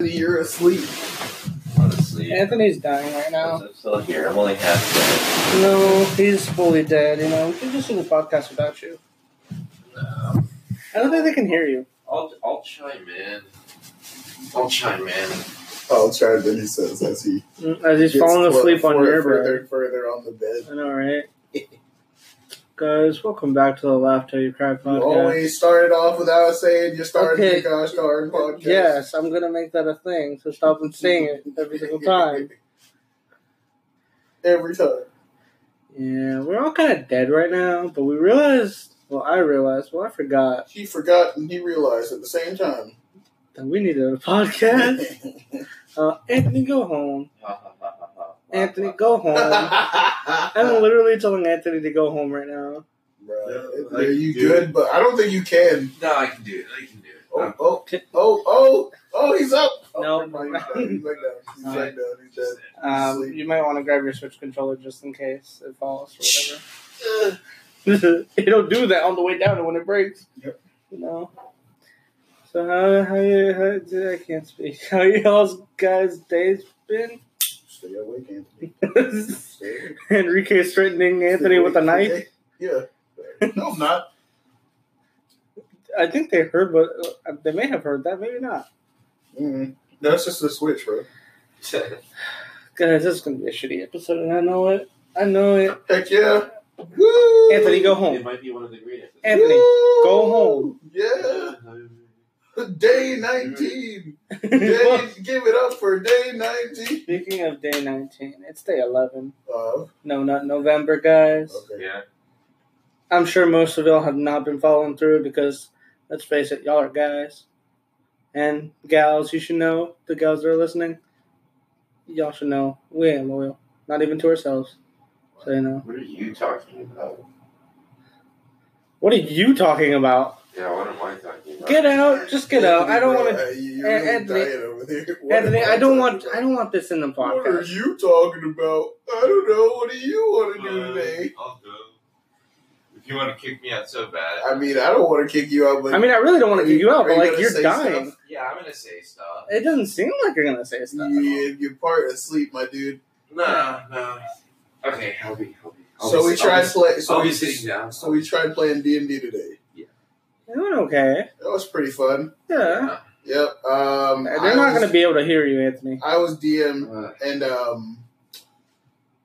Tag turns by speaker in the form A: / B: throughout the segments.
A: You're asleep.
B: Honestly.
C: Anthony's dying right now.
B: I'm still here. I'm only half
C: No, he's fully dead. You know, we can just do the podcast without you.
B: dead.
C: I don't think they can hear you.
B: I'll, I'll chime in. I'll chime in.
A: I'll try. Oh, Then he says as he
C: Mm, As he's
A: gets
C: falling
A: fur-
C: asleep on
A: fur-
C: your bed.
A: further and further on the bed.
C: I know, right? Guys, welcome back to the Laugh Till You Cry
A: You
C: podcast.
A: always started off without saying you started
C: Oh, Okay.
A: the gosh darn podcast.
C: Yes, I'm gonna make that a thing. So stop and sing it every single time.
A: Every time.
C: Yeah, we're all kind of dead right now, but we realized. Well, I realized. Well, I forgot
A: He forgot and he realized at the same time.
C: that we needed a podcast. Uh, Anthony, go home. Anthony, go home. I'm
A: Bro,
C: literally telling Anthony to go home right now.
A: are you good? But I don't think you can.
B: No, I can do it. I can do it.
A: Oh, oh, oh, oh, oh, he's up. Oh,
C: No.
A: never mind, He's like that. He's
C: No.
A: like that. He's dead.
C: Um,
A: Sleep.
C: you might want to grab your Switch controller just in case it falls or whatever. It'll do that on the way down and when it breaks.
A: Yep.
C: You know. So how how you how, dude, I can't speak. How y'all's guys' days been?
A: Stay awake, Anthony. Stay awake.
C: Enrique's threatening Anthony with a knife.
A: Yeah. No, I'm not.
C: I think they heard, but uh, they may have heard that, maybe not.
A: Mm-mm. No, it's just the switch, bro.
C: Guys, this is gonna be a shitty episode, and I know it. I know it.
A: Heck yeah. Woo!
C: Anthony, go home.
B: It might be one of the greatest.
C: Anthony,
A: Woo!
C: go home.
A: Yeah. Day 19. Day,
C: Well,
A: give it up for day 19.
C: Speaking of day nineteen, it's day eleven.
A: Oh,
C: No, not November, guys.
A: okay.
B: Yeah.
C: I'm sure most of y'all have not been following through because let's face it, y'all are guys. And gals, you should know, the gals that are listening, y'all should know we ain't loyal. Not even to ourselves. So you know.
B: What are you talking about?
C: What are you talking about?
B: Yeah, what am I talking about?
C: Get out, just get out. I don't wanna
A: to. You're
C: An-
A: really
C: Anthony-
A: dying over there. What
C: Anthony,
A: am
C: I don't
A: talking
C: want
A: about?
C: I don't want this in the
A: What are
C: podcast.
A: you talking about? I don't know. What do you want to
B: Uh,
A: do today?
B: I'll go. If you want to kick me out so bad.
A: I mean, I don't want to kick you out, but
C: I mean I really don't want
A: Are
C: to get
A: you-
C: you out,
A: are
C: but
A: you
C: like
A: gonna
C: you're
A: say
C: dying.
A: stuff?
B: Yeah, I'm gonna say stuff.
C: It doesn't seem like you're gonna say stuff.
A: you, you're part asleep, my dude.
B: No, no. Okay, I'll be. I'll be. I'll
A: so
B: be,
A: we tried
B: I'll
A: play.
B: be,
A: So
B: I'll
A: we
B: be sitting down.
A: so we tried playing D and D today.
C: It went okay.
A: That was pretty fun.
C: Yeah.
A: Yep. Um,
C: They're
A: I
C: not
A: was,
C: gonna be able to hear you, Anthony.
A: I was DM
B: Uh,
A: and um,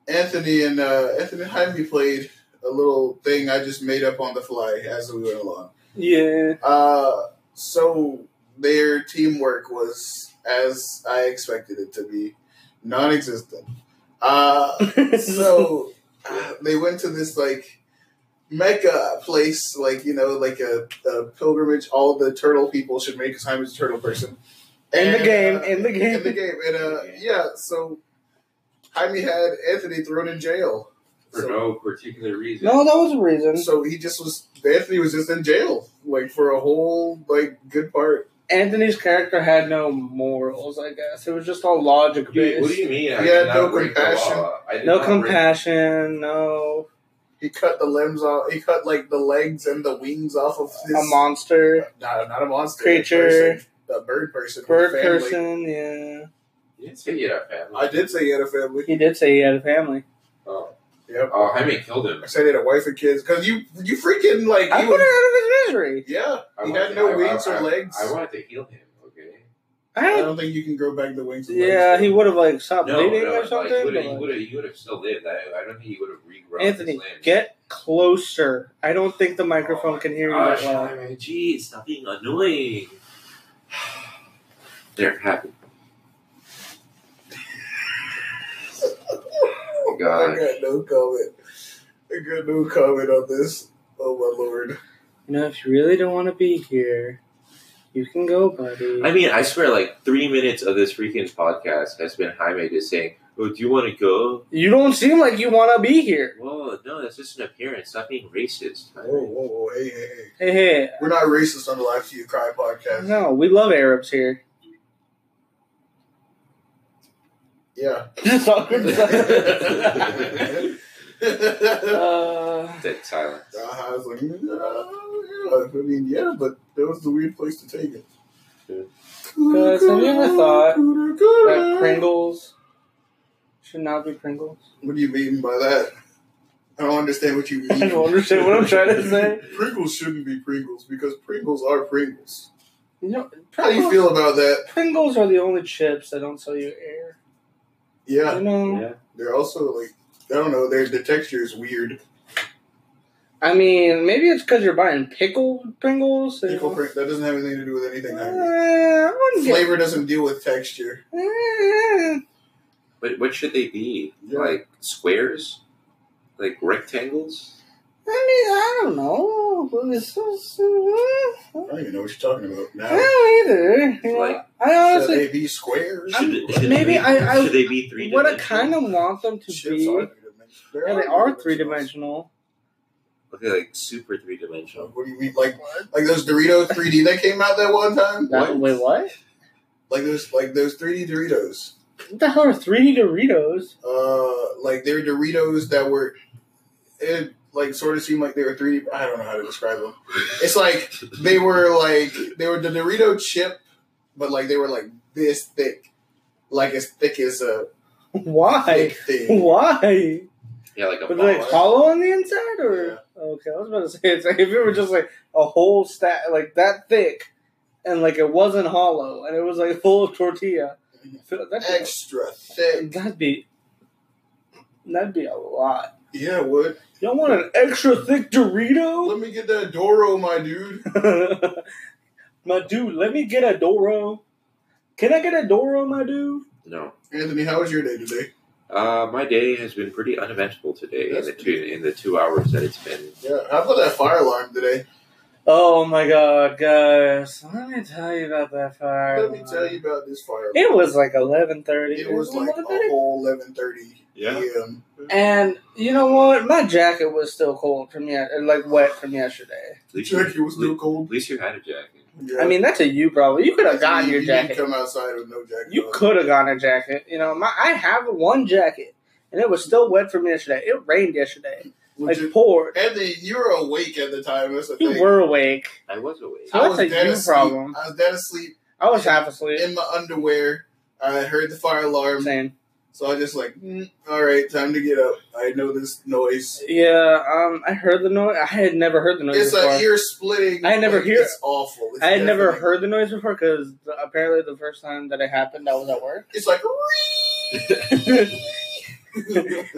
A: Anthony and uh, Anthony and Jaime played a little thing I just made up on the fly as we went along.
C: Yeah.
A: Uh, so their teamwork was as I expected it to be, non-existent. Uh, so uh, they went to this like mecca place, like you know, like a, a pilgrimage. All the turtle people should make because I'm a turtle person.
C: In the game,
A: uh,
C: in the game.
A: in the game, and uh, yeah. So Jaime had Anthony thrown in jail.
B: for
A: So,
B: no particular reason.
C: No, that was a reason.
A: so he just was Anthony was just in jail, like for a whole like good part.
C: Anthony's character had no morals, I guess. It was just all logic
B: You- what
C: based.
B: do you mean? I
A: He had
B: did not
A: no
B: break the
A: compassion.
B: law. I did
C: no
B: not break-
C: compassion, no
A: He cut the limbs off. He cut like the legs and the wings off of this.
C: a monster,
A: Not, not a monster. a
C: Creature.
A: person. A bird person. with a
C: bird
A: family.
C: person, yeah.
B: You didn't say you had a family.
A: I did say he had a family.
C: He did say he had a family.
B: Oh.
A: Yep.
B: Oh, Jaime killed him.
A: I said he had a wife and kids because you you freaking like
C: I
A: you
C: put
A: would-
C: her out of his misery.
A: yeah.
B: I
A: He
B: wanted-
A: had no
B: I- I-
A: wings or
B: I-
A: legs.
B: I wanted to heal him. Okay.
C: I
A: I
C: had-
A: don't think you can grow back the wings. and
C: yeah,
A: legs.
C: he would have like stopped
B: no,
C: bleeding
B: no,
C: or something.
B: Like,
C: but,
B: he
C: like-
B: would have. He would have still lived. I, I don't think he would have regrown.
C: Anthony,
B: his limbs.
C: get closer. I don't think the microphone
B: Oh
C: can hear you
B: my
C: that well.
B: gosh, Jaime, Jeez, stop being annoying. They're happy. oh
A: I
B: God.
A: got no comment. I got no comment on this. Oh my lord.
C: You know, if you really don't want to be here, you can go, buddy.
B: I mean, I swear, like three minutes of this freaking podcast has been Jaime just saying, "Oh, do you want to go?"
C: you don't seem like you want to be here.
B: Well, no, that's just an appearance. Stop being racist.
A: Oh, Whoa,
B: Jaime.
C: Oh.
A: whoa, whoa! Hey, hey, hey!
C: Hey, hey,
A: We're not racist on the Life to You Cry podcast.
C: No, we love Arabs here.
A: Yeah.
C: Just awkward
A: silence.
C: uh,
B: Dead silence.
A: I was like, "No, yeah, I mean, yeah, but that was the weird place to take it.
B: Yeah.
C: Because Uh, have you ever thought that Pringles should not be Pringles?
A: What do you mean by that? I don't understand what you mean.
C: I don't understand what I'm trying to say.
A: Pringles shouldn't be Pringles because Pringles are Pringles.
C: You know,
A: How do you feel about that?
C: Pringles are the only chips that don't sell you air.
A: Yeah,
C: You know,
B: Yeah.
A: they're also like I don't know. Their the texture is weird.
C: I mean, maybe it's because you're buying pickled Pringles. and-
A: Pickle Pring- that doesn't have anything to do with anything.
C: Uh,
A: I
C: I wouldn't get-
A: Flavor doesn't deal with texture.
C: Uh,
B: But what should they be?
A: Yeah.
B: Like squares? Like rectangles?
C: I mean, I don't know. But This is, uh,
A: I don't even know what you're talking about
C: I
A: now.
C: don't either. You know,
B: Like-
C: I
A: Should
C: honestly,
A: they be squares?
C: Uh, I'm-
B: Should, should
C: maybe
B: they,
C: I- I-
B: should they be three?
C: what I kind of want them to
A: Chips
C: be.
A: are three-dimensional.
C: Yeah, they are three dimensional.
B: okay, like super three dimensional.
A: What do you mean? Like like those Doritos 3D that came out that one time?
C: That- Wait, what?
A: Like those like those 3D Doritos.
C: What the hell are three Doritos?
A: Uh, like they're Doritos that were, it like sort of seemed like they were 3D. I don't know how to describe them. It's like they were like they were the Dorito chip, but like they were like this thick, like as thick as a
C: Why?
A: thick thing.
C: Why?
B: Yeah, like a
C: But
B: ball.
C: like hollow on the inside, or
A: Yeah.
C: okay, I was about to say it's like if it were just like a whole stack, like that thick, and like it wasn't hollow, and it was like full of tortilla. That'd
A: Extra
C: be,
A: thick.
C: that'd be that'd be a lot.
A: Yeah, what?
C: Y'all want an extra thick Dorito?
A: Let me get that Doro, my dude.
C: my dude, let me get a Doro. Can I get a Doro, my dude?
B: no.
A: Anthony, how was your day today?
B: Uh, my day has been pretty uneventful today in
A: That's
B: the two in the two hours that it's been.
A: Yeah, how about that fire alarm today?
C: Oh my god, guys! Let me tell you about that fire.
A: Let me
C: alarm.
A: tell you about this fire alarm.
C: It was like eleven thirty.
A: It was like a whole 11:30
B: Yeah.
A: p.m.
C: And you know what? My jacket was still cold from yet, like wet from yesterday.
B: At least,
A: Jacket
B: you,
A: was still cold.
B: at least you had a jacket.
A: Yeah.
C: I mean, that's a you problem. You could have gotten
A: You-
C: your
A: you
C: jacket.
A: Didn't come outside with no jacket.
C: You
A: on.
C: could have gotten a jacket. You know, my I have one jacket, and it was still wet from yesterday. It rained yesterday. Like
A: Legit-
C: poured.
A: Anthony, you were awake at the time. That's the
C: You
A: thing.
C: were awake.
B: I was awake.
C: How-
A: I
C: That's
A: was
C: a
A: dead
C: you
A: asleep.
C: problem.
A: I was dead asleep
C: I was half asleep.
A: in my underwear. I heard the fire alarm,
C: Same.
A: so I just like, mm, all right, time to get up. I know this noise.
C: Yeah. Um. I heard the noise. I had never heard the noise
A: It's
C: before.
A: a ear splitting.
C: I never hear-
A: It's awful. It's
C: I had never
A: deafening.
C: heard the noise before because apparently the first time that it happened, I was at work.
A: It's like.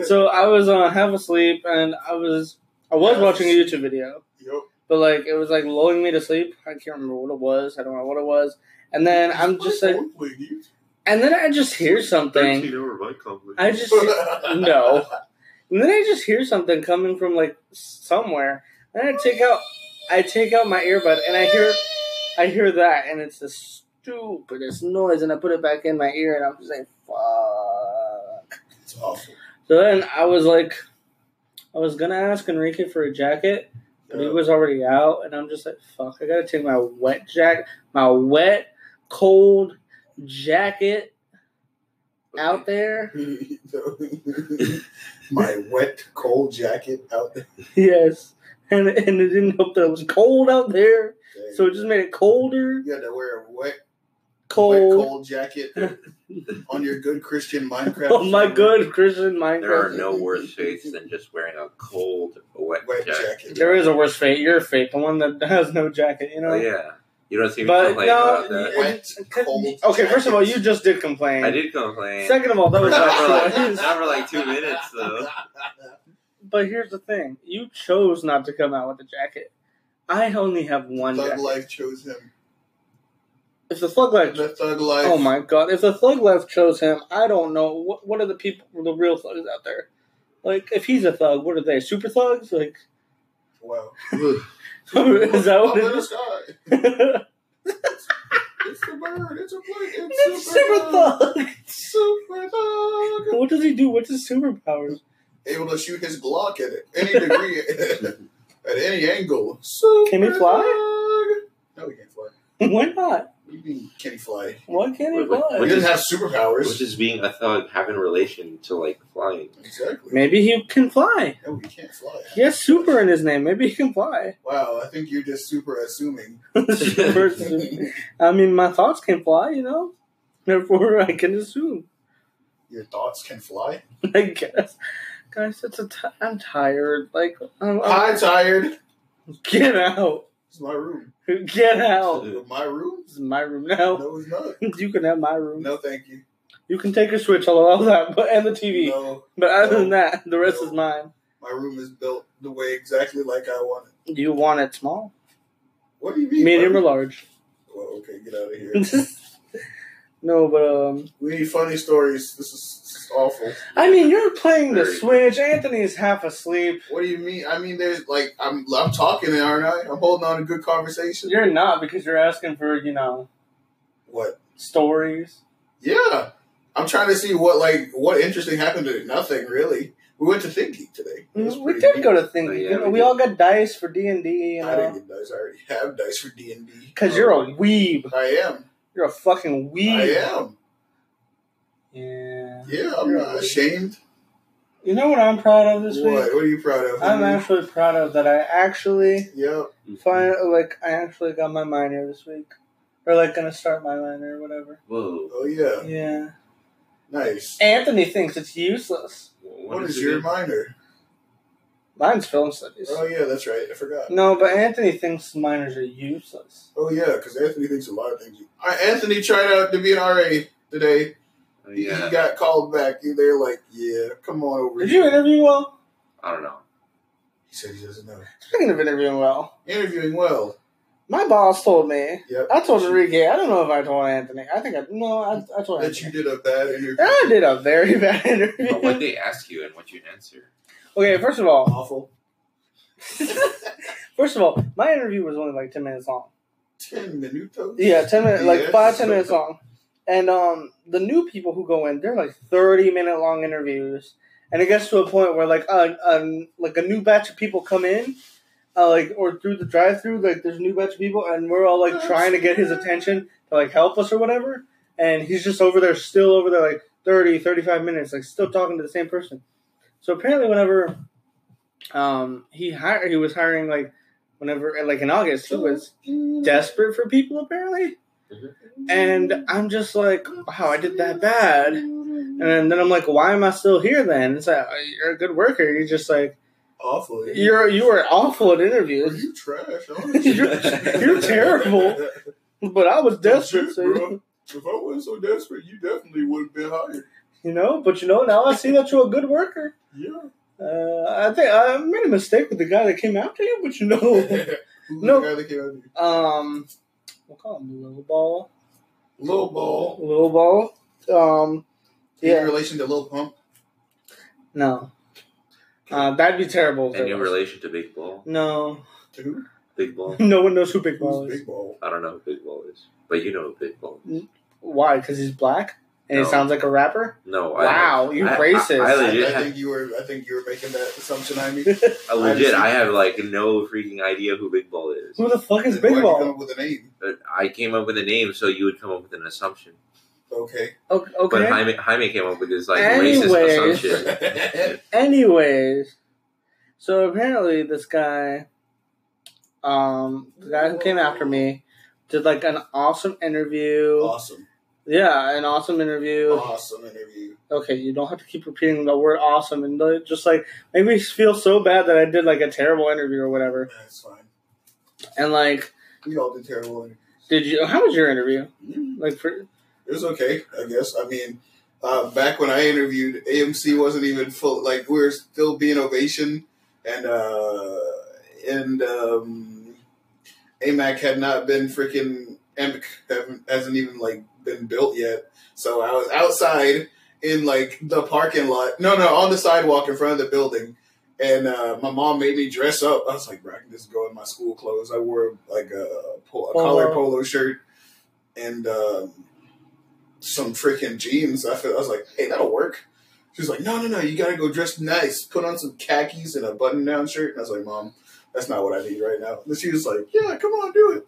C: so I was uh, half asleep, and I was I was watching a YouTube video,
A: Yup.
C: but like it was like lulling me to sleep. I can't remember what it was. I don't know what it was. And then I'm just like, and then I just hear something.
B: hour bike complex.
C: I just no, and then I just hear something coming from like somewhere. And I take out I take out my earbud, and I hear I hear that, and it's the stupidest noise. And I put it back in my ear, and I'm just like, fuck.
A: It's awful.
C: So then I was like, I was gonna ask Enrique for a jacket, but he
A: Yeah.
C: was already out, and I'm just like, fuck, I gotta take my wet jacket, my wet, cold jacket out there.
A: My wet, cold jacket out there.
C: Yes. And, and it didn't help that it was cold out there, so it just made it colder,
A: you had to wear a wet, wet
C: cold.
A: cold jacket on your good Christian Minecraft.
C: Oh my
A: server.
C: good Christian
B: There are
C: Minecraft.
B: no worse fates than just wearing a cold, wet,
A: wet
B: jacket.
A: jacket.
C: There is a worse fate. Your fate, the one that has no jacket. You know.
B: Oh yeah, you don't see me
C: But
B: complain
C: no,
B: about that.
A: Wet, cold
C: okay. First of all, you
A: jackets.
C: just did complain.
B: I did complain.
C: Second of all, that was
B: not,
C: not
B: for like,
C: choice.
B: not for like two minutes though.
C: But here's the thing: you chose not to come out with a jacket. I only have one
A: Thug
C: jacket.
A: Life chose him.
C: If the thug life,
A: The Thug Life.
C: oh my god! If the thug life chose him, I don't know what. What are the people, the real thugs out there? Like, if he's a thug, what are they? Super thugs? Like,
A: Wow.
C: is that
A: Up
C: what
A: in
C: it
A: the
C: is?
A: sky. It's a bird. It's a plane. It's
C: It's super thug.
A: Super Thug.
C: What does he do? What's his superpowers?
A: able to shoot his Glock at any degree, at any angle. So
C: Can he fly?
A: No, he can't fly.
C: Why not?
A: you mean kitty fly?
C: What can he
B: Wait, wait,
A: We
B: What
C: fly?
A: didn't
B: is-
A: have
B: Which
A: superpowers.
B: is being, I thought, have in relation to like flying.
A: Exactly.
C: Maybe he can fly.
A: No, we Oh, can't fly.
C: He has super in his name. Maybe he can fly.
A: Wow, I think you're just super assuming.
C: Super- I mean, my thoughts can fly, you know? Therefore, I can assume.
A: Your thoughts can fly.
C: I guess. Guys, it's a t- I'm tired. Like, I'm, I'm-
A: I'm tired.
C: get out.
A: It's my room.
C: Get out.
A: My room?
C: This is my room now.
A: No, it's not.
C: You can have my room.
A: No, thank you.
C: You can take your Switch, I'll allow that, but and the TV.
A: No,
C: but other than
A: no,
C: that, the rest
A: no.
C: is mine.
A: my room is built the way exactly like I want it.
C: Do you want it small,
A: What do you mean?
C: medium,
A: my
C: or
A: room?
C: large?
A: Well, okay, get out of here.
C: no, but um,
A: we need funny stories. This is, this is awful.
C: I mean, you're playing the
B: Very-
C: Switch. Anthony's half asleep.
A: What do you mean? I mean, there's like I'm I'm talking, aren't I? I'm holding on to good conversation.
C: You're not because you're asking for you know
A: What?
C: stories.
A: Yeah, I'm trying to see what like what interesting happened today. Nothing really. We went to Think Geek today. It was
C: Mm, We
A: pretty
C: did
A: neat.
C: go to things.
B: Oh, yeah,
C: you know,
B: we
C: we,
B: did.
C: all got dice for D and D. You
A: I didn't
C: know,
A: get dice. I already have dice for D and D.
C: because you're a weeb.
A: I am.
C: You're a fucking
A: I
C: weeb.
A: am.
C: Yeah.
A: Yeah, I'm not ashamed.
C: You know what I'm proud of this week?
A: What? What are you proud of?
C: I'm actually proud of that. I actually.
A: Yeah.
C: Fine, like I actually got my minor this week, or like gonna start my minor or whatever.
B: Whoa.
A: Oh yeah.
C: Yeah.
A: Nice.
C: Anthony thinks it's useless.
A: What is
B: Oh,
A: your minor?
C: Mine's film studies.
A: Oh yeah, that's right. I forgot.
C: No, but Anthony thinks minors are useless.
A: Oh yeah, because Anthony thinks a lot of things. Uh, Anthony tried out to be an RA today.
B: Oh,
A: He, he
B: yeah.
A: got called back. He- They're like, yeah, come on over.
C: Did you
A: here."
C: interview well?
B: I don't know.
A: He said he doesn't know.
C: Speaking of interviewing well,
A: Interviewing well.
C: my boss told me.
A: Yep.
C: I told Enrique. I don't know if I told Anthony. I think I no. I, I told
A: That you
C: Anthony.
A: did a bad interview.
C: I did a very bad interview.
B: But what they ask you and what you answer.
C: okay, first of all,
A: Awful.
C: first of all, my interview was only like ten minutes long.
A: Ten minutos.
C: Yeah, ten minutes,
A: Yes.
C: like five, ten minutes long. And um, the new people who go in, they're like thirty minute long interviews, and it gets to a point where like a, a like a new batch of people come in, uh, like or through the drive through, like there's a new batch of people, and we're all like trying to get his attention to like help us or whatever, and he's just over there, still over there, like 30, 35 minutes, like still talking to the same person. So apparently, whenever um he hired, he was hiring like whenever like in August, he was desperate for people apparently. And I'm just like, wow, I did that bad. And then I'm like, why am I still here then? It's like, "Uh, you're a good worker. You're just like,
A: Awful.
C: you're you are awful at
A: Well,
C: interviews,
A: you trash. honestly.
B: You're-
C: you're terrible. but I was desperate,
A: Shit,
C: so
A: bro. If I wasn't so desperate, you definitely would have been hired.
C: you know. But you know, now I see that you're a good worker.
A: Yeah.
C: Uh, I think I made a mistake with the guy that came after you, but you know,
A: Who's
C: No.
A: the guy that came out here?
C: um, we'll call him Little Ball,
A: Lil Ball.
C: Little Ball. Um,
A: Yeah. In
C: yeah,
A: relation to Lil Pump.
C: no, uh, that'd be terrible. if
B: And
C: it
B: in
C: was.
B: relation to Big Ball.
C: No,
A: To who?
B: Big Ball.
C: no one knows who Big Ball
A: Who's
C: is.
A: Big Ball?
B: I don't know what Big Ball is. But you know what Big Ball is.
C: Why? Because he's black and
B: No.
C: he sounds like a rapper.
B: No,
C: Wow,
B: I
C: you
B: I-
C: racist.
B: I, I
A: I,
B: legit,
A: I
B: have,
A: think you were. I think you were making that assumption. I mean,
C: who
B: I, legit
A: I
B: I have like no freaking idea who Big Ball is.
C: the fuck is
A: Why'd
C: Big
A: you come
C: Ball?
A: up with a name?
B: But I came up with a name so you would come up with an assumption.
A: Okay.
C: O-
B: But
C: Okay.
B: Jaime, Jaime came up with this like
C: Anyways.
B: racist assumption.
C: Anyways, so apparently this guy, um, the guy who came after me, did like an awesome interview.
A: awesome.
C: Yeah, an awesome interview.
A: Awesome interview.
C: Okay, you don't have to keep repeating the word awesome and like, just like make me feel so bad that I did like a terrible interview or whatever.
A: That's fine.
C: And like,
A: We all did terrible interviews.
C: did you? How was your interview?
A: Mm,
C: Like for
A: It was okay, I guess. I mean, uh, back when I interviewed, AMC wasn't even full. Like, we were still being ovation, and uh, and um, AMAC had not been freaking. AMC haven't- hasn't even like been built yet. So I was outside in like the parking lot. No, no, on the sidewalk in front of the building. And uh, my mom made me dress up. I was like, bro, I can just go in my school clothes. I wore like a, pol- a
C: Polo.
A: collar polo shirt and um, some freaking jeans. I, feel, I was like, hey, that'll work. She's like, no, no, no, you gotta go dress nice. Put on some khakis and a button down shirt. And I was like, mom, that's not what I need right now. And she was like, yeah, come on, do it.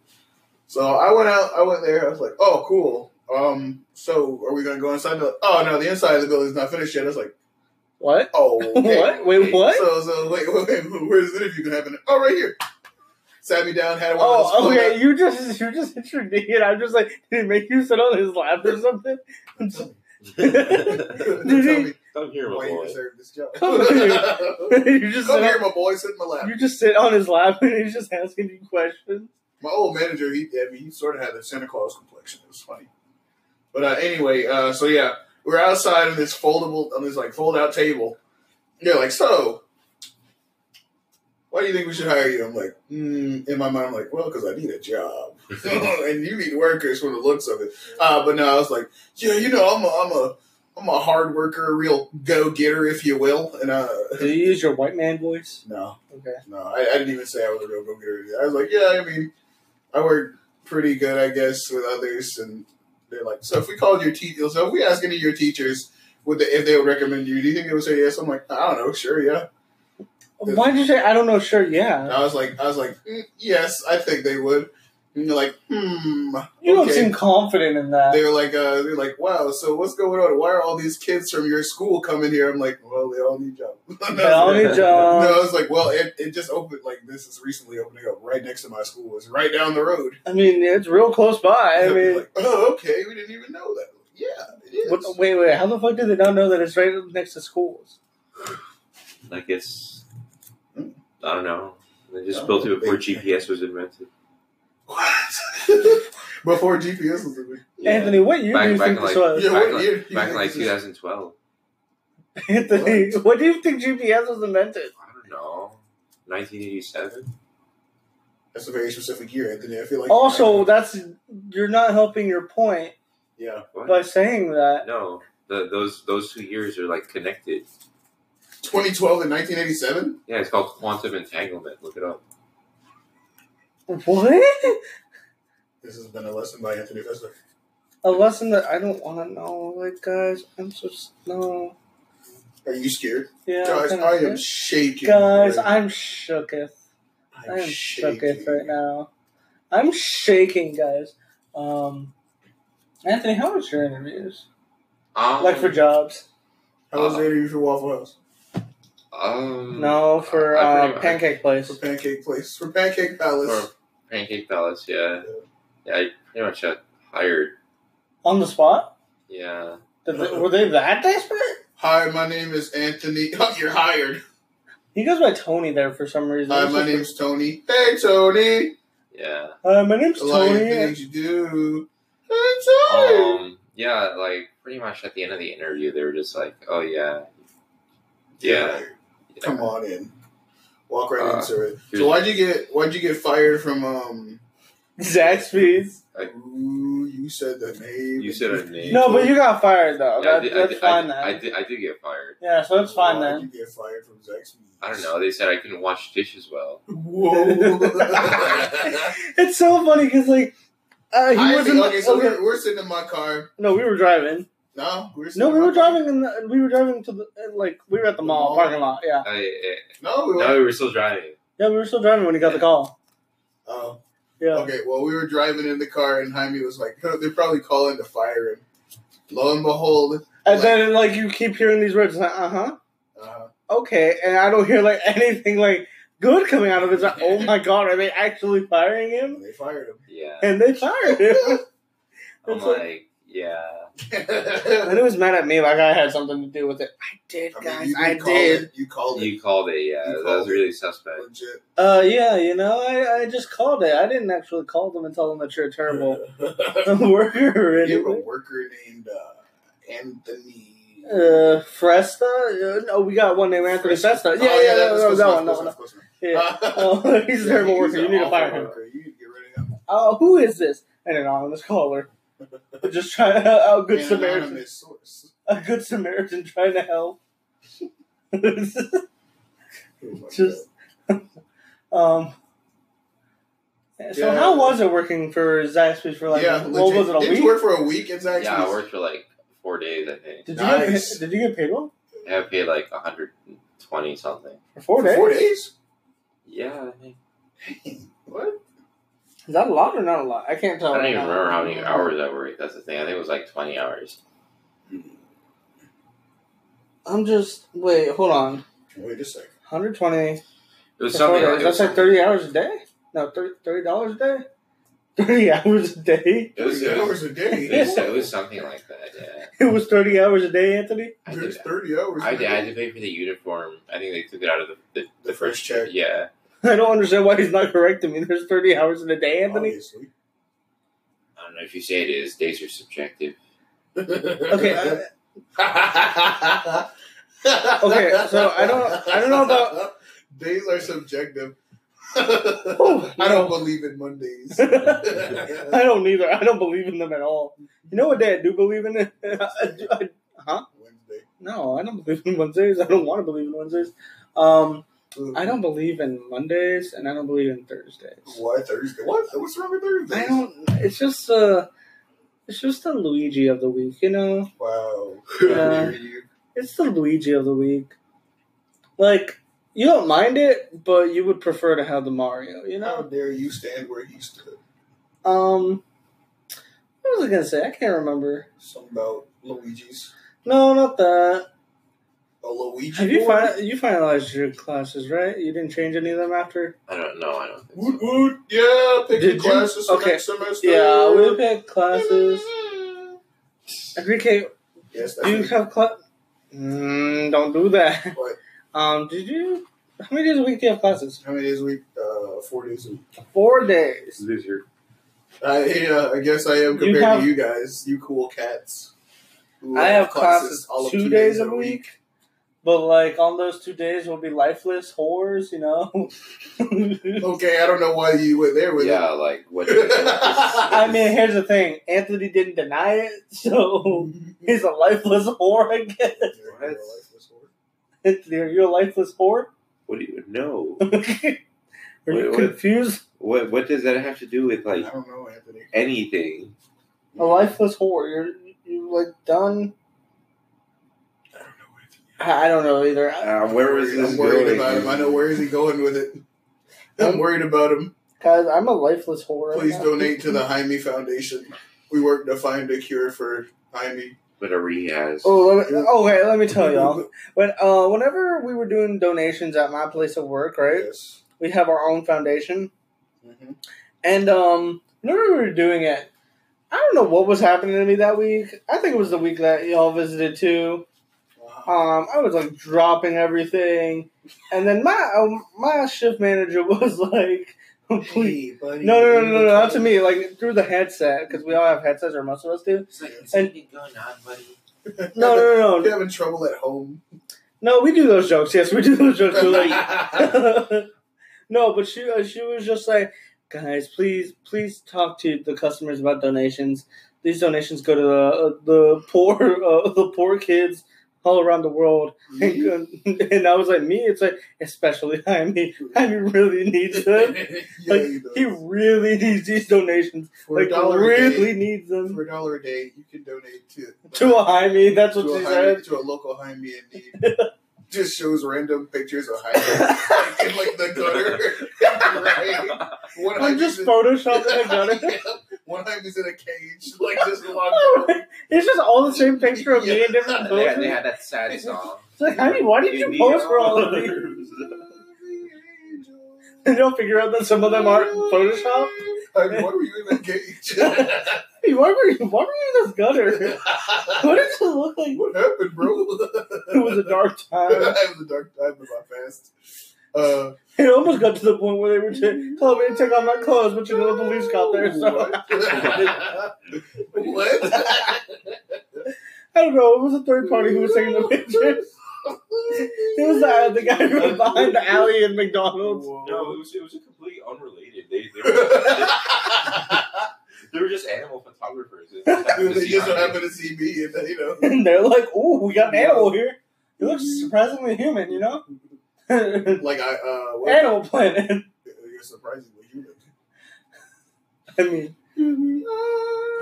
A: So I went out. I went there. I was like, "Oh, cool. Um, so are we gonna go inside?" The, oh no, the inside of the building's not finished yet. I was like,
C: What?
A: "Oh, okay."
C: what? Wait, what?
A: So, so wait, wait, wait, where's the interview gonna happen? Oh, right here. Sat me down, had one of
C: Oh,
A: those.
C: okay. You just you just intrigued me, and I'm just like, did he make you sit on his lap or something?
A: Tell
C: Did he-
A: me
B: Come here, my
A: why you
B: boy.
A: deserve this job.
C: Come
A: Come
C: you just sit
A: here,
C: on,
A: my boy. Sit in my lap.
C: you just sit on his lap, and he's just asking you questions.
A: My old manager, he, I mean, he sort of had a Santa Claus complexion. It was funny. But uh, anyway, uh, so yeah, we're outside on this foldable, on this like fold out table. And they're like, so, why do you think we should hire you? I'm like, mm, in my mind, I'm like, well, because I need a job. and you need workers from the looks of it. Uh, but no, I was like, yeah, you know, I'm a, I'm a, I'm a hard worker, a real go getter, if you will. And uh,
C: Do you use your white man voice?
A: no,
C: Okay.
A: no, I, I didn't even say I was a real go getter. I was like, yeah, I mean, I work pretty good, I guess, with others. And they're like, so if we called your teacher, so if we ask any of your teachers would they, if they would recommend you, do you think they would say yes? I'm like, I don't know, sure, yeah.
C: Why did you say I don't know? Sure, yeah.
A: And I was like, I was like, mm, yes, I think they would. And they're like, hmm.
C: you don't
A: okay.
C: seem confident in that.
A: They were like, uh, they're like, wow. So what's going on? Why are all these kids from your school coming here? I'm like, well, they all need jobs. And I was
C: Tell
A: like,
C: me, John.
A: no, I was like, well, it, it just opened, like, this is recently opening up right next to my school. It's right down the road.
C: I mean, it's real close by. I mean,
A: like, oh, okay, we didn't even know that. Yeah, it is.
C: what, wait, wait. How the fuck did they not know that it's right next to schools?
B: I guess I don't know. They just
A: No,
B: built it before
A: they-
B: GPS was invented.
A: What? Before GPS was in there.
B: Yeah.
C: Anthony, what year
B: Back-
C: do you
B: back
C: think
B: in
C: this
B: like-
C: was?
A: Yeah,
B: back
A: what
B: like-
A: year? do you
B: back in
A: think
B: like
A: this is-
B: 2012.
C: Anthony, what? do you think GPS was invented?
B: I don't know. 1987.
A: That's a very specific year, Anthony. I feel like.
C: Also, that's you're not helping your point
A: yeah.
B: What?
C: by saying that.
B: no, the, those those two years are like connected.
A: 2012 and 1987?
B: Yeah, it's called quantum entanglement. Look it up.
C: What?
A: This has been a lesson by Anthony Fessler.
C: A lesson that I don't want to know. Like, guys, I'm so s- no.
A: Are you scared?
C: Yeah,
A: Guys,
C: kinda
A: I am
C: scared.
A: shaking.
C: Guys,
A: right
C: I'm shooketh.
A: now.
C: I'm shooketh right now. I'm shaking, guys. Um, Anthony, how was your interviews?
B: Um,
C: Like for jobs?
A: How
C: Uh,
A: was the interview for Waffle House?
B: um,
C: No, for
B: I- I pretty
C: uh,
B: much-
C: pancake
A: For
C: place.
A: Pancake Place. For Pancake Palace.
B: Or Pancake Palace, yeah. Yeah, I pretty much got hired.
C: On the spot?
B: Yeah.
C: Did they- were they that desperate?
A: Hi, my name is Anthony. Oh, You're hired.
C: He goes by Tony there for some reason.
A: Hi, my name's Tony. Hey, Tony.
B: Yeah.
C: Uh, my name's
A: A lot of
C: Tony.
A: things you do. Hey, Tony.
B: Um, yeah, like pretty much at the end of the interview, they were just like, oh, yeah. Yeah. yeah.
A: Come on in. Walk right
B: Uh,
A: into it.
B: here's-
A: So why'd you get why'd you get fired from um
C: Zaxby's.
B: I-
A: ooh, you said the name.
B: You said her name.
C: No, but you got fired though.
B: Yeah, I
C: that,
B: did- I
C: that's
B: did- I-
C: fine then.
B: I did, I did get fired.
C: yeah, so it's fine
A: why'd
C: then.
A: You get fired from Zaxby's.
B: I don't know. They said I couldn't wash dishes well.
A: Whoa.
C: it's so funny because like uh, he
A: I
C: was in
A: think-
C: the,
A: okay, so
C: okay.
A: We're, we're sitting in my car.
C: No, we were driving.
A: No, we're sitting
C: No,
A: in
C: we
A: my
C: were
A: car.
C: driving in the, we were driving to the uh, like we were at the
A: The
C: mall
A: mall?
C: parking lot. Yeah,
B: I, I,
A: No, we were.
B: no, we were still driving.
C: yeah, we were still driving when he got the call.
A: Oh,
C: Yeah,
A: okay. Well, we were driving in the car, and Jaime was like, "Huh, "They're probably calling to fire him." Lo and behold,
C: and then like you keep hearing these words, like, uh huh,
A: uh,
C: okay, and I don't hear like anything like good coming out of it. It's like, oh my god, are they actually firing him?
A: they fired
B: Yeah.
C: And they fired him.
B: I'm
C: It's like-
B: like, yeah.
A: him.
C: And it was mad at me like I had something to do with it. I did,
A: I mean,
C: guys.
A: you did
C: I
A: call
C: did.
A: It, you called it
B: You called it, yeah.
A: You
B: that was
A: called it.
B: really suspect.
A: legit.
C: Uh, yeah, you know, I, I just called it. I didn't actually call them and tell them that you're a terrible worker or
A: you have a
C: anything.
A: worker named uh, Anthony. Oh,
C: Uh, Fresta? Uh, No, we got one named Anthony Fresta. Yeah, yeah, yeah,
A: that was
C: no,
A: close
C: no,
A: enough,
C: no,
A: close
C: no.
A: enough, close enough.
C: Yeah. Oh, he's
A: Uh,
C: a
A: Yeah,
C: terrible
A: he's
C: worker.
A: an
C: You need to
A: awful
C: fire him.
A: worker. You need to get rid of him.
C: Oh, who is this? An anonymous caller. Just trying to, a good
A: An
C: Samaritan.
A: anonymous source.
C: A good Samaritan trying to help.
A: Oh my
C: Just- um. So
A: Yeah.
C: how was it working for Zaxby's for
A: God.
C: like
A: yeah,
C: what was it a
A: Did
C: week?
A: you work for a week at Zaxby's?
B: Yeah, I worked for like four days, I think.
C: Did you get,
A: Nice.
C: pa- did you get paid well
B: I got paid like 120 something.
C: for four
A: For
C: days?
A: four days.
B: Yeah, I think.
A: What?
C: Is that a lot or not a lot? I can't tell.
B: I don't
C: right
B: even
C: now.
B: remember how many hours I worked. That's the thing. I think it was like 20 hours.
C: I'm just wait. Hold on.
A: Wait a second.
C: 120.
B: It was
C: for
B: something
C: four
B: like
C: days. That's like 30 hours a day. No, 30 dollars a day. 30 hours a day.
B: It was,
A: Three
B: it, was,
A: hours a
B: it, was,
A: day.
B: it was something like that, yeah.
C: It was 30 hours a day, Anthony.
B: I
A: There's
B: did,
A: thirty hours.
B: I,
A: a
B: did, I had
A: day.
B: to pay for the uniform. I think they took it out of the, the,
A: The first check.
B: Yeah.
C: I don't understand why he's not correcting me. There's 30 hours in a day, Anthony.
A: Obviously.
B: I don't know if you say it is. Days are subjective. Oh.
C: Okay. I, Okay, so I don't- I don't know about-
A: days are subjective.
C: Oh,
A: I don't
C: no.
A: believe in Mondays.
C: I don't either. I don't believe in them at all. You know what day I do believe in? I do- I-
A: Wednesday.
C: no, I don't believe in Wednesdays. I don't want to believe in Wednesdays. Um, I don't believe in Mondays, and I don't believe in Thursdays.
A: Why Thursday? What? What's wrong with Thursday?
C: I don't. It's just uh, it's just the Luigi of the week, you know.
A: Wow.
C: Uh, Yeah.
A: How dare you?
C: It's the Luigi of the week. Like you don't mind it, but you would prefer to have the Mario, you
A: How
C: know.
A: dare you stand where he stood?
C: Um, what was I gonna say? I can't remember.
A: Something about Luigi's.
C: No, not that.
A: A Luigi.
C: Have you
A: boy?
C: fin- you finalized your classes, right? You didn't change any of them after.
B: I don't know. I don't
A: Woot
B: think so.
A: woot. Yeah, pick
C: Did
A: your
C: you-
A: classes for
C: okay.
A: next semester.
C: Yeah, we had classes. Enrique,
A: Yes,
C: Do you
A: that's
C: have class? Mm, don't do that.
A: What?
C: Um, did you? How many days a week do you have classes?
A: How many days a week? Uh, four days a week.
C: Four days.
A: I, yeah, I guess I am
C: You
A: compared
C: have-
A: to you guys, you cool cats. who uh,
C: I have classes
A: all of
C: two, days, a week. But like on those two days, we'll be lifeless whores, you know.
A: Okay, I don't know why you went there with
B: Yeah, like what? I
C: I mean, here's the thing: Anthony didn't deny it, so he's a lifeless whore. I guess.
A: it.
B: What?
C: Anthony, are you a lifeless whore?
B: what do you know?
C: are you
B: Wait, what?
C: confused?
B: What What does that have to do with like
A: I don't know, Anthony.
B: anything?
C: A lifeless whore. You're you like done.
A: I don't know, Anthony.
C: I I don't know either. I-
B: Uh, where was this
A: I'm worried
B: going?
A: about him. I know where is he going with it. I'm worried about him.
C: Guys, I'm a lifeless whore. right
A: Please
C: now.
A: donate to the Jaime Foundation. We work to find a cure for Jaime.
B: Whatever he has.
C: Oh, let me, okay. Let me tell y'all. When uh, whenever we were doing donations at my place of work, right?
A: Yes.
C: We have our own foundation,
A: hmm
C: and um, whenever we were doing it, I don't know what was happening to me that week. I think it was the week that y'all visited too. Um, I was like dropping everything, and then my um, my shift manager was like, "Please."
A: Hey, buddy.
C: No, no, no, no, no, not to me. Like through the headset, because we all have headsets, or most of us do.
B: It's like, is
C: And-
B: anything going on, buddy?
C: No, no, no,
A: You're
C: no,
A: having trouble at home.
C: no. We do those jokes. Yes, we do those jokes. We're like, no, but she uh, she was just like, guys, please please talk to the customers about donations. These donations go to the uh, the poor uh, the poor kids all around the world. And, and I was like, me, it's like especially Jaime. Jaime really needs them.
A: Yeah,
C: Like,
A: you know.
C: He really needs these donations.
A: for
C: like
A: a dollar
C: really
A: a day,
C: needs them.
A: for a dollar a day, you can donate to uh,
C: To a Jaime, that's
A: to
C: what
A: a
C: she
A: Jaime-
C: said.
A: to a local Jaime in need. Just shows random pictures of Jaime like, in like the gutter. right? One
C: I'm
A: Jaime's
C: just
A: in-
C: photoshopping a gun.
A: Yeah. One Jaime's in a cage, like just
C: Oh
A: locked up.
C: it's just all the same picture of me in different
B: They had,
C: poses.
B: they had that sad song.
C: It's like, honey, why did you pose for all of these? And you'll figure out that some of them aren't Photoshop.
A: Like, what were you in the cage?
C: Hey, why were you, why were you in this gutter? What did it look like?
A: what happened, bro?
C: It was a dark
A: I
C: time.
A: was a dark time in my past. Uh,
C: It almost got to the point where they were t- telling me to take off my clothes, but you know the police got there. So
A: what? what?
C: I don't know. It was a third party who was taking the pictures. It was uh, the, the guy who was behind the alley in McDonald's.
B: No, it was, it was a completely unrelated. They, they, were, they were just animal photographers. It just happened to
A: they
B: see
A: just
B: mine.
A: happened to see me, and you know.
C: And they're like, "Ooh, we got an animal here. It looks surprisingly human, you know."
A: Like I, uh, what-
C: animal Planet.
A: You're surprisingly human.
C: I mean,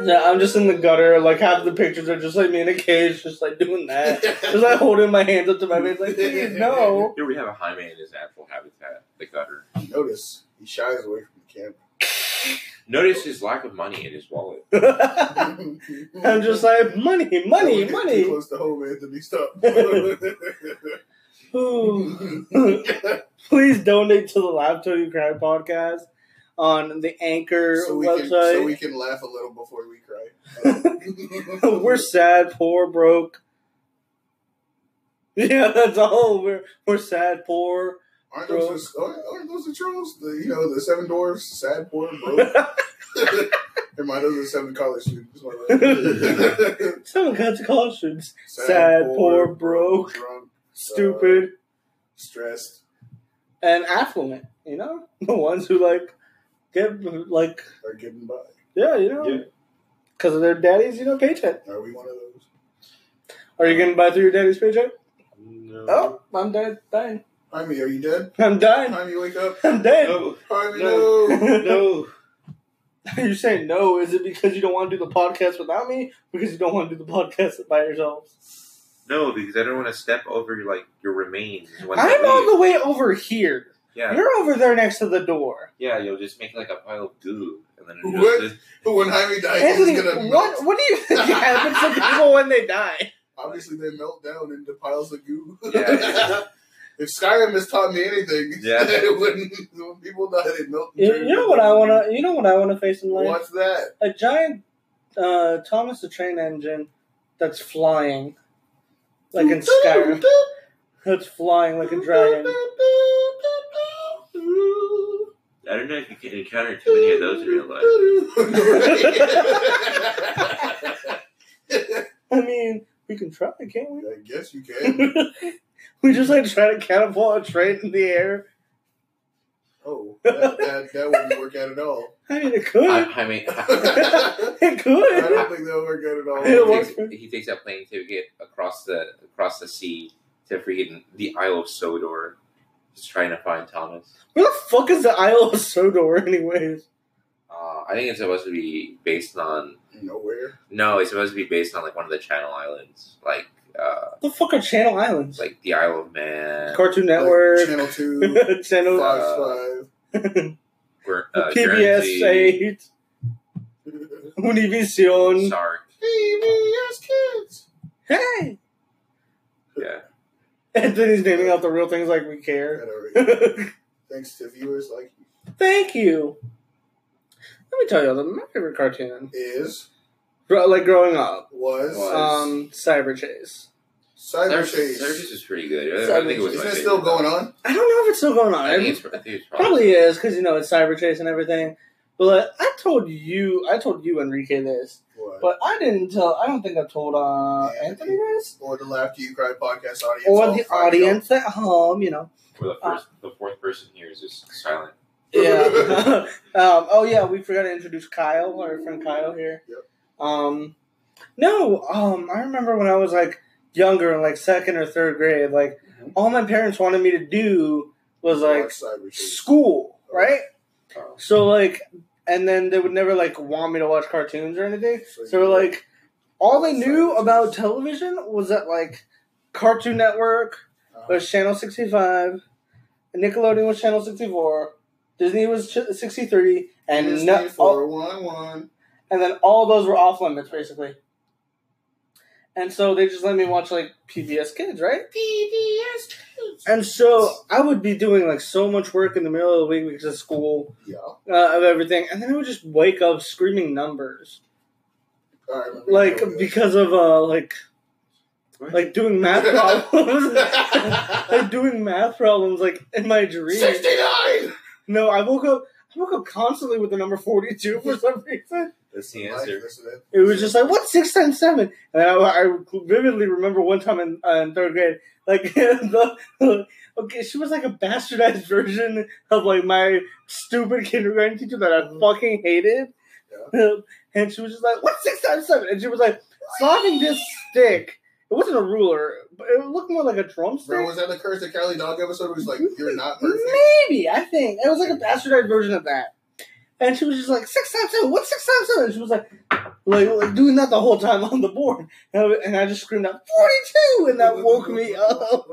C: Yeah, I'm just in the gutter. Like half the pictures are just like me in a cage, just like doing that. Just like holding my hands up to my face, like please no.
B: Here we have a Jaime in his natural habitat, the gutter.
A: Notice he shies away from the camera.
B: Notice his lack of money in his wallet.
C: I'm just like money, money,
A: Don't get Too
C: money.
A: close to home, Anthony. Stop.
C: Ooh. Please donate to the Laugh Till You Cry podcast on the Anchor
A: so we can so we
C: website.
A: can laugh a little before we cry.
C: we... are sad, poor, broke. Yeah, that's all. We're we're sad, poor.
A: aren't those the, aren't, aren't those the trolls? The, you know the seven dwarfs, sad boy, broke. Remind us of the seven college students. One of them.
C: Someone got the cautions. Sad, poor, broke,
A: drunk,
C: Stupid
A: stressed. Uh,
C: and affluent. You know, the ones who like get like
A: Are getting by.
C: yeah, you know,
B: Yeah.
C: because of their daddy's you know paycheck.
A: Are we one of those?
C: Are you gonna buy through your daddy's paycheck?
B: No.
C: Oh, I'm dead. Dying.
A: Jaime, are you dead?
C: I'm dying.
A: Jaime, wake up.
C: I'm dead.
B: No.
A: Jaime,
B: No.
A: no.
B: No.
C: You're saying no? Is it because you don't want to do the podcast without me? Because you don't want to do the podcast by yourselves?
B: No, because I don't want to step over like your remains. When they
C: I'm on
B: leave.
C: the way over here.
B: yeah,
C: You're over there next to the door.
B: yeah. You'll just make like a pile of goo, and then it'll
A: What?
B: just,
A: But when Jaime dies,
C: Anthony,
A: he's gonna
C: what
A: melt.
C: what do you think happens to people when they die?
A: Obviously, they melt down into piles of goo.
B: Yeah.
A: if Skyrim has taught me anything,
B: Yeah.
A: it wouldn't. When people die, they melt. and
C: You,
A: turn
C: you know
A: into
C: what I
A: goo.
C: wanna. You know what I wanna face in life.
A: What's that?
C: A giant uh, Thomas the Train Engine that's flying, like in Skyrim. That's flying like a dragon.
B: I don't know if you can encounter too many of those in real life.
C: I mean, we can try, can't we?
A: I guess you can.
C: we just like try to catapult a train in the air.
A: Oh, that, that, that wouldn't work out at all.
C: I mean, it
B: I,
C: could.
B: I mean,
A: I
C: It
A: don't
C: could.
A: think that'll work out at all.
C: It
B: he,
C: works
B: takes,
C: for-
B: he takes a plane to get across the across the sea to freaking the Isle of Sodor. He's trying to find Thomas.
C: Where the fuck is the Isle of Sodor, anyways?
B: Uh, I think it's supposed to be based on.
A: Nowhere.
B: No, it's supposed to be based on like one of the Channel Islands, like uh,
C: The fuck are Channel Islands?
B: like the Isle of Man,
C: Cartoon
A: Like
C: Network,
A: Channel 2,
C: Channel,
A: Fox
B: Guer- uh,
C: PBS
B: Guernsey,
C: 8,
A: 5.
C: Univision.
B: Sark.
A: PBS Kids.
C: Hey!
B: Yeah,
C: Anthony's naming out the real things like we care.
A: That already-
C: Thank
A: Thanks to viewers like
C: you. Let me tell you, the my favorite cartoon,
A: is,
C: Gro- like growing up,
A: was,
B: Was.
C: um, Cyber Chase.
A: Cyber
B: Cyber-
A: Chase.
B: Cyber Chase is pretty good. I
C: Cyber
B: think it was
A: Isn't
B: my
A: it still
B: favorite.
A: going on?
C: I don't know if it's still going on.
B: I think
C: It
B: it's, I think it's
C: probably is because you know it's Cyber Chase and everything. But I told you, I told you Enrique this,
A: What?
C: but I didn't tell. I don't think I told uh, Anthony this
A: or the Laugh You Cry podcast audience.
C: or
A: all
C: the
A: five
C: audience at home. You know.
B: Where the first, the fourth person here is just silent.
C: Yeah. um, oh yeah, we forgot to introduce Kyle, our friend Kyle here.
A: Yep.
C: Um, no, um, I remember when I was like younger, in like second or third grade, like
A: Mhm.
C: all my parents wanted me to do was
A: y'all.
C: like
A: Watch Cyber Chase.
C: school, right?
B: Oh.
C: So like, and then they would never like want me to watch cartoons or anything. So like, all they knew about television was that like Cartoon Network,
A: Uh-huh.
C: was Channel 65, Nickelodeon was Channel 64, Disney was ch- 63, and
A: Disney
C: no, oh. all,
A: 411.
C: and then all those were off limits basically. And so they just let me watch like PBS Kids, right?
A: PBS Kids.
C: And so I would be doing like so much work in the middle of the week because of school
A: Yeah,
C: uh, of everything, and then I would just wake up screaming numbers,
A: I remember
C: like
A: doing that.
C: because of uh like like doing math problems, like doing math problems like in my dreams.
A: sixty-nine.
C: No, I woke up. I woke up constantly with the number forty-two for some reason.
B: That's the answer.
C: It was just like, what's six times seven? And I, I vividly remember one time in, uh, in third grade, like the okay, she was like a bastardized version of like my stupid kindergarten teacher that I fucking hated. And she was just like, what's six times seven? And she was like, slapping this stick. It wasn't a ruler, but it looked more like a drumstick.
A: Bro, was that the Curse of Cali Dog episode? Where he's like, "You're not perfect."
C: Maybe, I think. It was like a bastardized version of that. And she was just like, six times seven, what's six times seven? And she was like, like, like, doing that the whole time on the board. And I, and I just screamed out, 42! And that woke me up.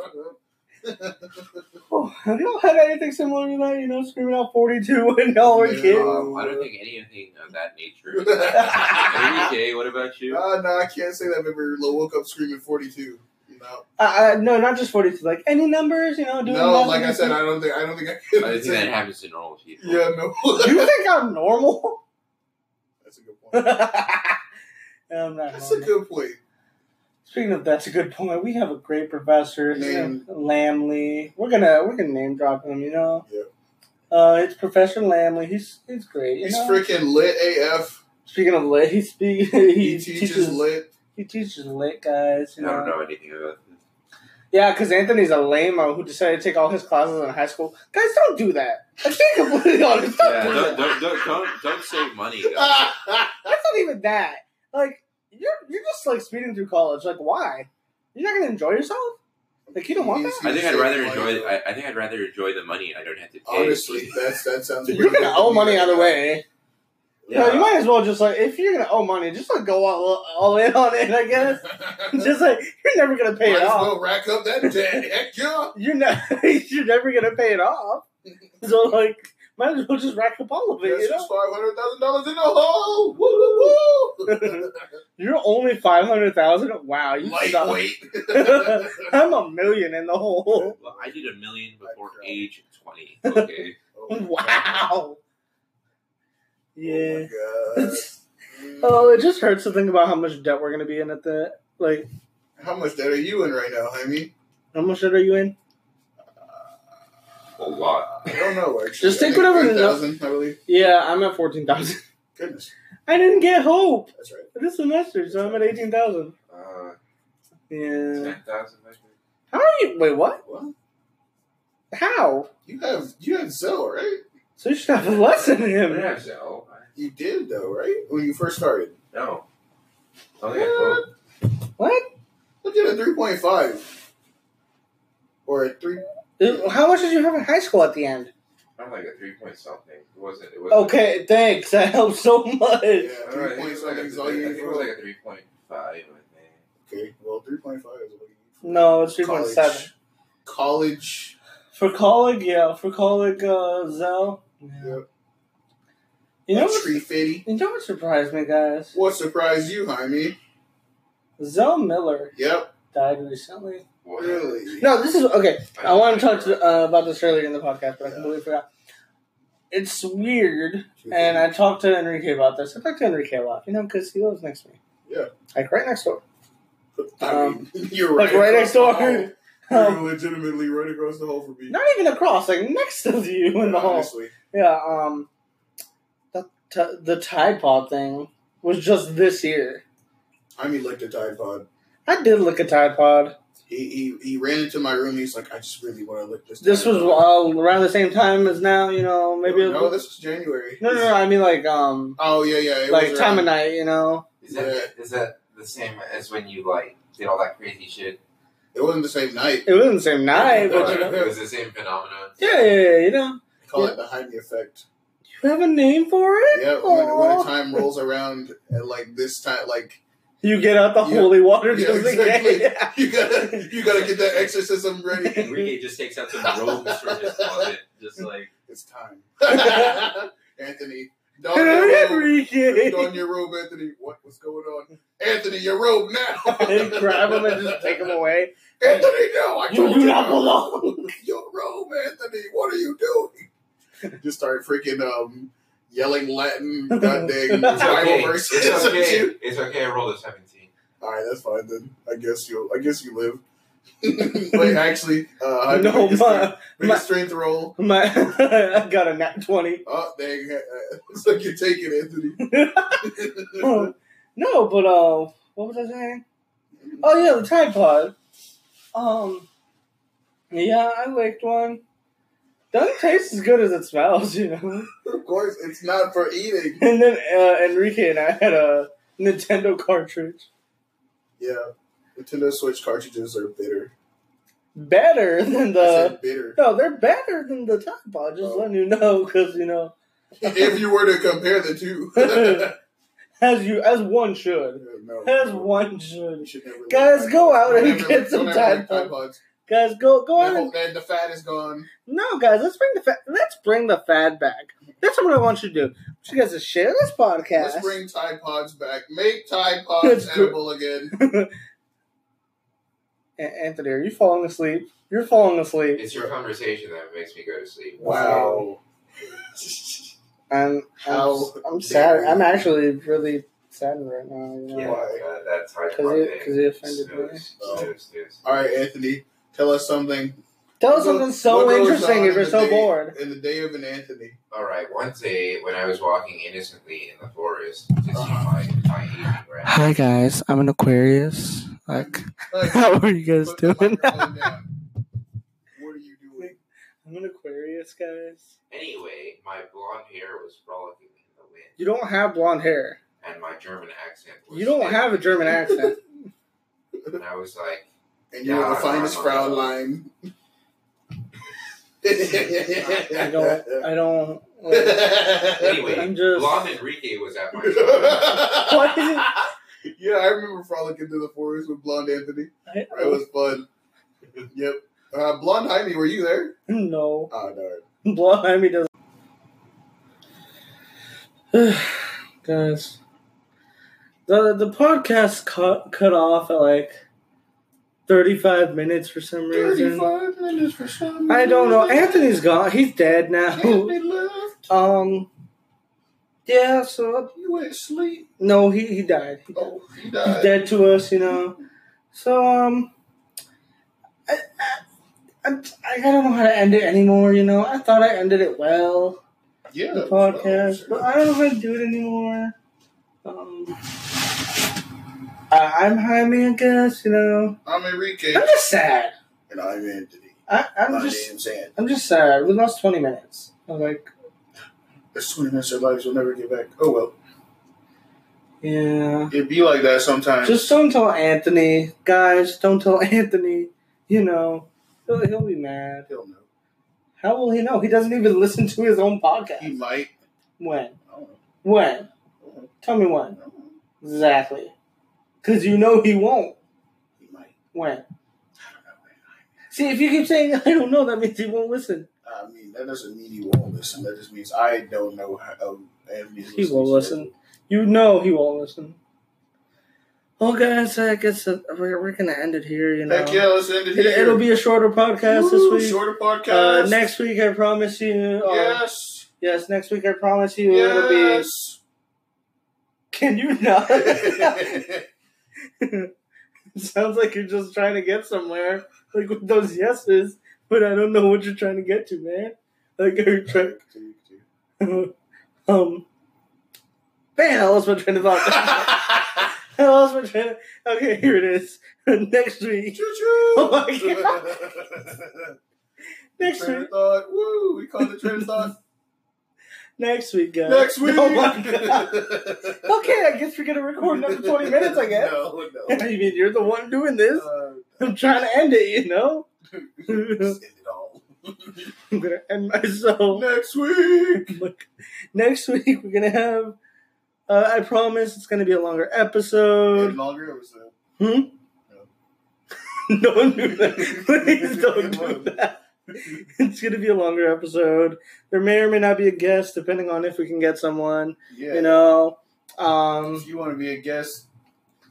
C: Oh, have y'all had anything similar to that? You know, screaming out 42 when y'all were
A: Yeah.
C: kids?
B: Um, I don't think anything of that nature. Maybe Jay, what about you?
A: Uh, no, I can't say that. I've ever woke up screaming 42. No,
C: Uh, uh, no, not just 42. Like, any numbers, you know, doing
A: no
C: lots
A: like
C: of
A: I said,
C: different-
A: I don't think I don't think I
B: I
A: can.
B: think
A: say-
B: that happens to normal people.
A: yeah, no.
C: you think I'm normal?
A: That's a good
C: I'm
A: point.
C: not
A: That's a
C: normal.
A: good point.
C: Speaking of that's a good point. We have a great professor,
A: Name.
C: Lamley. We're gonna we're gonna name drop him. You know.
A: Yep.
C: Uh, it's Professor Lamley. He's he's great. you
A: He's
C: know?
A: freaking lit AF.
C: Speaking of lit, he speak he,
A: He, teaches, lit.
C: he teaches lit guys.
B: I
C: You know.
B: don't know anything about this.
C: Yeah, because Anthony's a lame who decided to take all his classes in high school. Guys, don't do that. I'm being completely honest. Don't
B: Yeah,
C: do
B: don't,
C: that.
B: don't, don't, don't, don't save money. Though.
A: yeah,
C: That's not even that. Like you're you're just like speeding through college. Like why? You're not gonna enjoy yourself. Like you don't want that.
B: I think I'd rather enjoy. I, I think I'd rather enjoy the money I don't have to pay.
A: Honestly, that's that sounds.
C: You're
A: pretty
C: gonna
A: good
C: owe
A: to
C: money
A: me.
C: either way.
B: Yeah.
C: No, you might as well just like if you're gonna owe money, just like go all, all in on it. I guess. just like you're never gonna pay
A: Might as
C: it off.
A: well rack up that debt. Heck yeah.
C: You're not. you're never gonna pay it off. So like, might as well just rack up all of it.
A: That's
C: You
A: just
C: know,
A: five hundred thousand dollars in the hole. Woo, woo, woo.
C: you're only five hundred thousand. Wow, you suck.
A: Lightweight.
C: I'm a million in the hole.
B: Well, I did a million before
A: I cried.
B: age twenty. Okay,
A: Oh
C: Wow. Yeah.
A: Oh my God.
C: Oh, it just hurts to think about how much debt we're gonna be in at the like.
A: How much debt are you in right now, Jaime?
C: How much debt are you in?
B: a lot.
A: I don't know. Actually,
C: Just take
A: I think
C: whatever the-
A: 10,000, I believe.
C: Yeah, I'm at fourteen thousand.
A: Goodness,
C: I didn't get hope
A: that's right.
C: this semester, so I'm at eighteen thousand.
B: Uh,
C: Yeah.
B: ten thousand.
C: How are you? Wait, what?
A: Well,
C: How?
A: you have you had Zelle, right?
C: So you should have less than him.
B: Yeah, so
A: You did though, right? When you first started,
B: no. Oh
A: yeah, well.
C: What?
A: look at a three point five or a three.
C: How much did you have in high school at the end?
B: I'm like a three point something. It wasn't. It
C: Okay, thanks. That helps so much.
A: Yeah, three point something is all you need. for-
B: a three point five. I think.
A: Okay, well, three point five is all you need. for
C: No, it's three point seven
A: college. College.
C: for colleague. Yeah, for colleague uh, Zell. Yeah.
A: Yep.
C: You know,
A: tree
C: what,
A: fitty.
C: you know what surprised me, guys?
A: What surprised you, Jaime?
C: Zell Miller
A: Yep,
C: died recently.
B: What?
A: really.
C: No, this is okay. I want to talk
B: to.
C: to, uh, about this earlier in the podcast, but I
A: Yeah.
C: completely forgot. It's weird, and I talked to Enrique about this. I talked to Enrique a lot, you know, because he lives next to me.
A: Yeah.
C: like right next door.
A: I mean, you're
C: Um, like
A: right,
C: right
A: across
C: next door.
A: the hall.
C: Um,
A: You're legitimately right across the hall from me.
C: not even across, like next to you in the hall.
A: Honestly,
C: Yeah, um, the t- the Tide Pod thing was just this year.
A: I'm elected Tide Pod.
C: I did look at Tide Pod.
A: He, he he ran into my room. He's like, I just really want to lick this.
C: This
A: Tide
C: was
A: Pod."
C: uh, around the same time as now, you know, maybe.
A: no, this was January.
C: no, no, no, I mean like um,
A: Oh yeah, yeah. It
C: like
A: was
C: time
A: around-
C: of night, you know.
D: Is that is that the same as when you like did all that crazy shit?
A: It wasn't the same night.
C: It wasn't the same night,
D: It
C: but
D: was,
C: you know.
D: it was the same phenomenon.
C: Yeah, yeah, yeah, you know.
A: I call
C: Yeah.
A: it the Jaime effect.
C: You have a name for it?
A: Yeah, when, when
C: Aw.
A: a time rolls around and like this time, like
C: You get out the
A: Yeah.
C: holy water
A: Yeah,
C: just
A: exactly.
C: in case.
A: you gotta you gotta get that exorcism ready.
B: Enrique just takes out some robes from his closet, just like
A: It's time. Anthony, don your robe.
C: Enrique!
A: Don your robe, Anthony. What was going on? Anthony, your robe now.
C: and grab him and just take him away.
A: Anthony, no, I
C: You
A: told
C: do not belong.
A: Your robe, Anthony. What are you doing? Just started freaking um yelling Latin, goddamn
C: It's
A: Bible
D: okay.
A: verses.
D: It's
A: at
D: okay.
A: you.
D: It's okay. I rolled a seventeen.
A: All right, that's fine then. I guess you. I guess you live. Wait, actually, uh, I
C: no,
A: make a
C: my,
A: strength, make
C: my-
A: a strength roll.
C: my, I got a nat 20.
A: Oh, dang! uh, Looks like you take it, Anthony.
C: no, but, uh, what was I saying? Oh, yeah, the Tide Pod. Um, yeah, I licked one. Doesn't taste as good as it smells, you know?
A: of course, it's not for eating.
C: And then uh, Enrique and I had a Nintendo cartridge.
A: Yeah, Nintendo Switch cartridges are bitter.
C: Better than
A: I
C: the.
A: said bitter.
C: No, they're better than the Tide Pod, just
A: Oh.
C: letting you know, because, you know,
A: if you were to compare the two, no,
C: as you, as one should. As one
A: You
C: should.
A: should never
C: Guys,
A: lick Tide
C: go
A: Pods.
C: out and
A: Don't ever
C: get
A: lick-
C: some
A: don't ever lick
C: Tide Pods. Guys, go go
A: That
C: on.
A: whole-
C: And,
A: that- the fat is gone.
C: no, guys, let's bring the fa- let's bring the fad back. That's what I want you to do. I want you guys to share this podcast.
A: Let's bring Tide Pods back. Make Tide Pods
C: That's good.
A: edible again.
C: A- Anthony, are you falling asleep? You're falling asleep.
D: It's your conversation that makes me go to sleep.
A: Wow.
C: I'm I'm,
A: How
C: I'm sad. I'm actually really saddened right now. You know?
D: Yeah,
A: Why?
D: God, that's hard.
C: Because he, because he offended me.
A: All right, Anthony, tell us something
C: Tell us
A: What-
C: something so
A: what goes
C: interesting
A: on
C: if you're
A: in
C: so
A: the day-
C: bored.
A: in the day of an Anthony.
D: All right. One day, when I was walking innocently in the forest to see
A: Uh-huh.
D: my my evening rat,
C: Hi guys, I'm an Aquarius. Like,
A: Like,
C: are you
A: put the microphone down. What are you doing?
C: I'm an Aquarius, guys.
D: anyway, my blonde hair was frolicking in the wind,
C: You don't have blonde hair.
D: and my German accent. was
C: You don't
D: thick.
C: have a German accent.
D: And I was like,
A: And you're the
D: Yeah,
A: finest
D: I'm-
A: frown line.
C: I don't. I don't. like,
D: anyway,
C: I'm just-
D: blonde Enrique was at my shop.
C: What is it?
A: Yeah, I remember frolicking through the forest with blonde Anthony.
C: I,
A: It was fun. Yep. Uh, blonde Jaime, were you there?
C: no,
A: Oh, darn.
C: blonde Amy doesn't. guys, the the podcast cut cut off at like thirty five minutes for some reason.
A: minutes for some.
C: I don't know. Anthony's gone. He's dead now.
A: Anthony left.
C: um. Yeah. So
A: He went to sleep.
C: no, he he died.
A: Oh, he
C: he's
A: died.
C: dead to us, you know. So um, I, I, I don't know how to end it anymore. You know, I thought I ended it well
A: Yeah.
C: the podcast, but I don't know how to do it anymore. Um, I, I'm Jaime, I guess. You know,
A: I'm Enrique.
C: I'm just sad.
A: And I'm Anthony.
C: I, I'm
A: My
C: just,
A: name's Anthony.
C: I'm just sad. We lost 20 minutes. I'm like,
A: There's 20 minutes of lives we'll never get back. Oh, well.
C: yeah.
A: It'd be like that sometimes.
C: Just don't tell Anthony, guys. Don't tell Anthony. You know, he'll, he'll be mad.
A: He'll know.
C: How will he know? He doesn't even listen to his own
A: He
C: podcast.
A: might.
C: When?
A: I don't know.
C: When? Tell me when. Exactly. Because you know he won't.
A: He might.
C: When? See, if you keep saying, I don't know, that means he won't listen.
A: I mean, that doesn't mean he won't listen. That just means I don't know how oh, Anthony's
C: He will listen. You know he won't listen. Well, guys, I guess uh, we're, we're going to end it here, you know.
A: Heck yeah, let's end it here.
C: It, will be a shorter podcast
A: Woo,
C: this week.
A: Shorter
C: Uh,
A: podcast.
C: next week, I promise you. Uh,
A: Yes.
C: Yes, next week, I promise you. It'll be.
A: Yes.
C: Can you not? Sounds like you're just trying to get somewhere, like with those yeses, but I don't know what you're trying to get to, man. Like, are you trying? um, man, I lost my train of thought. I lost my train. Of- okay, here it is. next week,
A: Choo-choo.
C: Oh my God. next
A: Train
C: week,
A: of thought. Woo. We called it train of thought.
C: next week, guys.
A: Next week.
C: Oh my god. Okay, I guess we're gonna record another twenty minutes. I guess.
A: No,
C: I
A: no.
C: mean, you're the one doing this.
A: Uh,
C: I'm trying to end it, you know.
A: just end it all.
C: I'm gonna end myself.
A: Next week.
C: Look, next week we're gonna have. Uh, I promise it's gonna be a longer
A: And
C: episode.
A: longer episode.
C: don't do that. Please don't do that. It's gonna be a longer episode. There may or may not be a guest, depending on if we can get someone.
A: Yeah.
C: You know, um,
A: if you want to be a guest,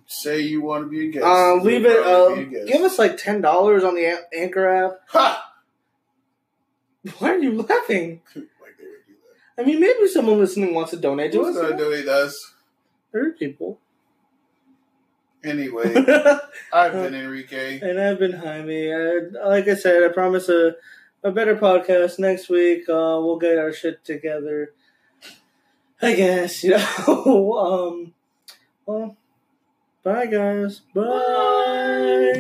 A: say you want to be a guest.
C: uh,
A: You'll
C: leave it.
A: probably
C: Uh,
A: be a guest.
C: give us like ten dollars on the An- Anchor app.
A: Ha!
C: Why are you laughing?
A: like they would do that.
C: I mean, maybe someone listening wants to donate to
A: Who's
C: us.
A: gonna
C: you know?
A: donate us?
C: There are people.
A: Anyway,
C: and
A: I've been Enrique.
C: I've been Jaime. I, like I said, I promise a a better podcast next week. Uh, we'll get our shit together. I guess, you know. um, well, bye, guys. Bye.